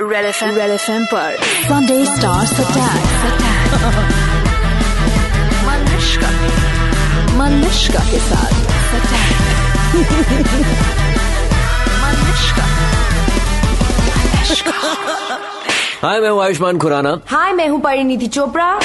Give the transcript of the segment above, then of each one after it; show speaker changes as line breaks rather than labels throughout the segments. Red F M red F M पर Sunday stars attack Manushka Manushka के साथ अटैक मनुष्का
हाय मैं हूँ आयुष्मान खुराना
हाय मैं हूँ Parineeti Chopra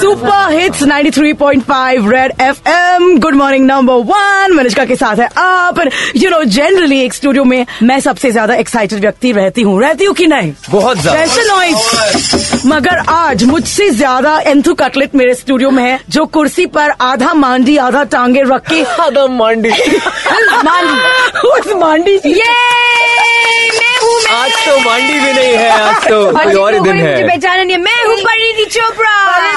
super hits 93.5 red FM good morning number one Manishka के साथ है आप यू नो जनरली एक स्टूडियो में मैं सबसे ज्यादा एक्साइटेड व्यक्ति रहती हूँ रहती हूँ कि नहीं
बहुत ज्यादा
वैसे नॉइज मगर आज मुझसे ज्यादा एंथू कटलेट मेरे स्टूडियो में है जो कुर्सी पर आधा मांडी आधा टांगे रख के
आधा हाँ, तो मांडी
मांडी उस मांडी
ये मैं हूँ मैं
आज तो मांडी भी नहीं है आज तो कोई
अजीब
और ही
लोगों
दिन
ने मुझे
है
पहचाना नहीं है। मैं हूँ Parineeti Chopra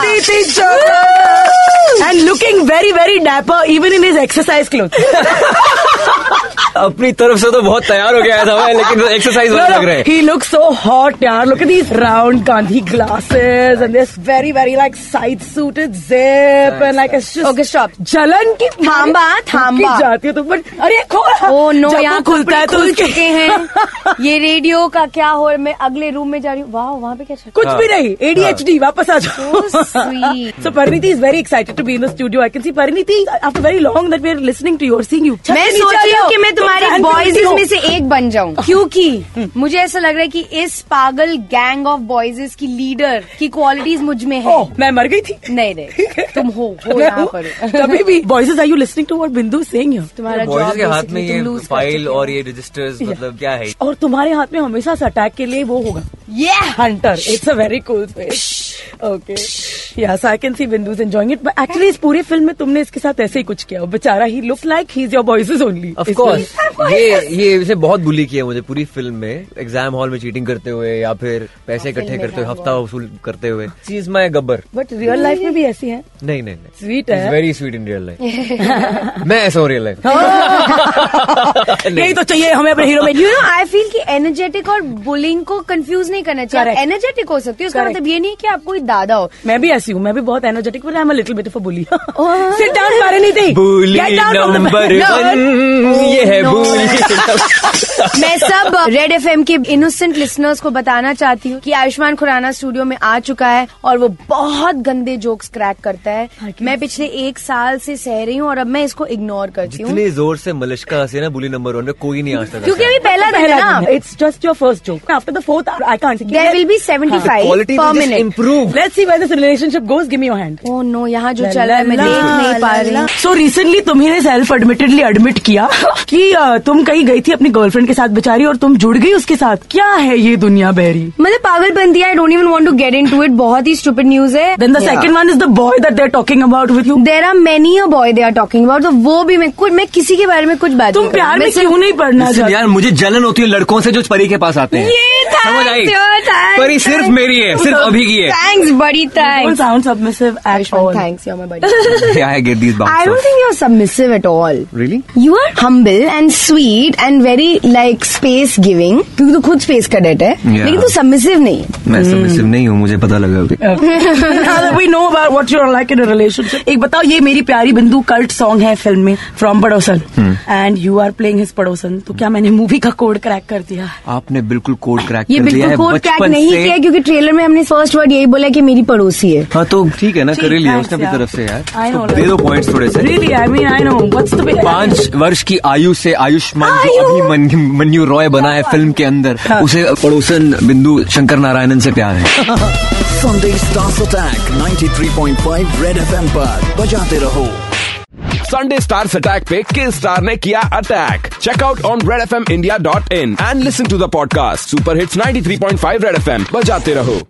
and looking very very dapper even in his exercise cloth
अपनी तरफ से तो बहुत तैयार हो गया था मैं लेकिन एक्सरसाइज बहुत लग रहे हैं
He looks so hot, yaar. Look at these round Gandhi glasses and this very, very like side suited zip and like it's just.
Okay, stop.
जलन की
थांबा, थांबा.
की जाती है तो बट अरे खोल
ओ नो
जब वो
Oh, यहाँ
खुलता है तो
खुल
उसके-
चुके हैं ये रेडियो का क्या हो मैं अगले रूम में जा रही हूँ वाह वहाँ पे क्या चल
कुछ भी नहीं एडीएचडी वापस आ जाओ
So sweet.
So Parineeti is very excited to be in the studio I can see Parineeti after very long that we are listening to you और सीइंग यू
मैं सोच रही हूँ कि मैं तुम्हारी बॉयज में से एक बन जाऊं
oh।
क्योंकि मुझे ऐसा लग रहा है कि इस पागल गैंग ऑफ बॉयजेस की लीडर की क्वालिटीज मुझ में है
ओह Oh, मैं मर गई थी
नहीं नहीं तुम हो हो
मैं
यहाँ
हूँ।
पर
तभी भी boys are you listening to what Bindu saying here
तुम्हारा
बॉयज
job
के हाथ में
basically
ये
तुम lose कर
फाइल
चुके हो।
और ये रजिस्टर्स मतलब क्या है
और तुम्हारे हाथ में हमेशा इस अटैक के लिए वो होगा
Yeah!
Hunter it's a very cool face okay yes I can see Bindu's enjoying it but actually इस पूरे फिल्म में तुमने इसके साथ ऐसे ही कुछ किया बेचारा ही look like he is your boys only
of course ये ये इसे बहुत बुली किया मुझे पूरी फिल्म में एग्जाम हॉल में चीटिंग करते हुए या फिर पैसे इकट्ठे करते हुए हफ्ता वसूल करते हुए she is my Gabbar
but real life में भी ऐसी है
नहीं नहीं नहीं
स्वीट है
very sweet in real life मैं ऐसा हूँ रियल लाइफ
Oh! यही तो चाहिए हमें अपने हीरो में
यू नो आई फील कि एनर्जेटिक और बुलिंग को कंफ्यूज नहीं करना चाहिए
Correct.
एनर्जेटिक हो सकती है उसका
Correct.
मतलब ये नहीं कि आप कोई दादा हो
मैं भी ऐसी हूँ मैं भी बहुत energetic but I am little bit of a bully seat down करे नहीं थी
बुली
तो
नंबर वन ये है
No.
बुली
मैं सब रेड एफ के इनोसेंट लिसनर्स को बताना चाहती हूँ कि आयुष्मान खुराना स्टूडियो में आ चुका है और वो बहुत गंदे जोक्स क्रैक करता है
Okay.
मैं पिछले एक साल से सह रही हूँ और अब मैं इसको इग्नोर करती हूँ
जितने जोर से मलिश्का हंसे ना बुली नंबर वन में कोई नहीं आज तक
क्योंकि अभी पहला दिन है ना
पहला it's just your first joke after the fourth I can't
there will be
तो
सेवेंटी
हाँ,
फाइव
क्वालिटी
पर minute
improve
let's see when this relationship goes give me your hand
oh no Oh यहाँ जो चल रहा है मैं देख नहीं पा रही हूँ
सो रिसेंटली तुम्हें सेल्फ एडमिटेडली एडमिट किया कि अ, तुम कहीं गई थी अपनी गर्लफ्रेंड के साथ बेचारी और तुम जुड़ गई उसके साथ क्या है ये दुनिया बहरी
मतलब पागल बन दिया I don't even want to get into it बहुत ही स्टूपिड न्यूज है
then the second one is the boy that there talking about with you
there are many a boy they are talking about तो वो भी मैं कुछ मैं किसी के बारे में कुछ बात
तुम
नहीं करूँ।
प्यार
मैं
में
सिर्फ-
क्यों नहीं पढ़ना चाहते
यार मुझे जलन होती है लड़कों से जो परी के पास आते हैं
ये था,
समझ आई
जो था,
परी
था।
सिर्फ मेरी है सिर्फ अभी की है
thanks buddy
Don't
thanks
sound submissive at all.
Thanks you my buddy
क्या है get these
I don't think you're submissive at all.
Really?
You are humble and sweet and very like space giving. क्योंकि तू तो खुद space cadet है,
Yeah.
लेकिन तू submissive नहीं है.
मैं सबमिसिव नहीं हूँ मुझे पता लगा
Uh,
अभी
Now that we know about what you're like in a relationship, एक बताओ ये मेरी प्यारी बिंदु कल्ट सॉन्ग है फिल्म में from Padosan and you are playing his Padosan तो क्या मैंने मूवी का कोड क्रैक कर दिया
आपने बिल्कुल कोड क्रैक
ये
कर दिया
बिल्कुल
है
कोड क्रैक
तो बचपन
नहीं
से-
किया क्योंकि ट्रेलर में हमने फर्स्ट वर्ड यही बोला कि मेरी पड़ोसी है.
हाँ तो ठीक है ना कर ही लिया
Thanks
अच्छा।
उसने अपनी
यार।
तरफ से
I
यार
know,
तो दे दो पॉइंट्स थोड़े से
really I mean I know what's the
पांच वर्ष की आयु से आयुष्मान जो
आयु।
अभी मन- मन्यू रॉय बना है फिल्म के अंदर उसे पड़ोसन बिंदु शंकर नारायणन से प्यार है
Sunday Stars Attack 93.5 Red FM पर बजाते रहो
संडे स्टार्स अटैक पे किस स्टार ने किया attack check out on Red F M India dot in and listen to the podcast super hits 93.5 Red F M बजाते रहो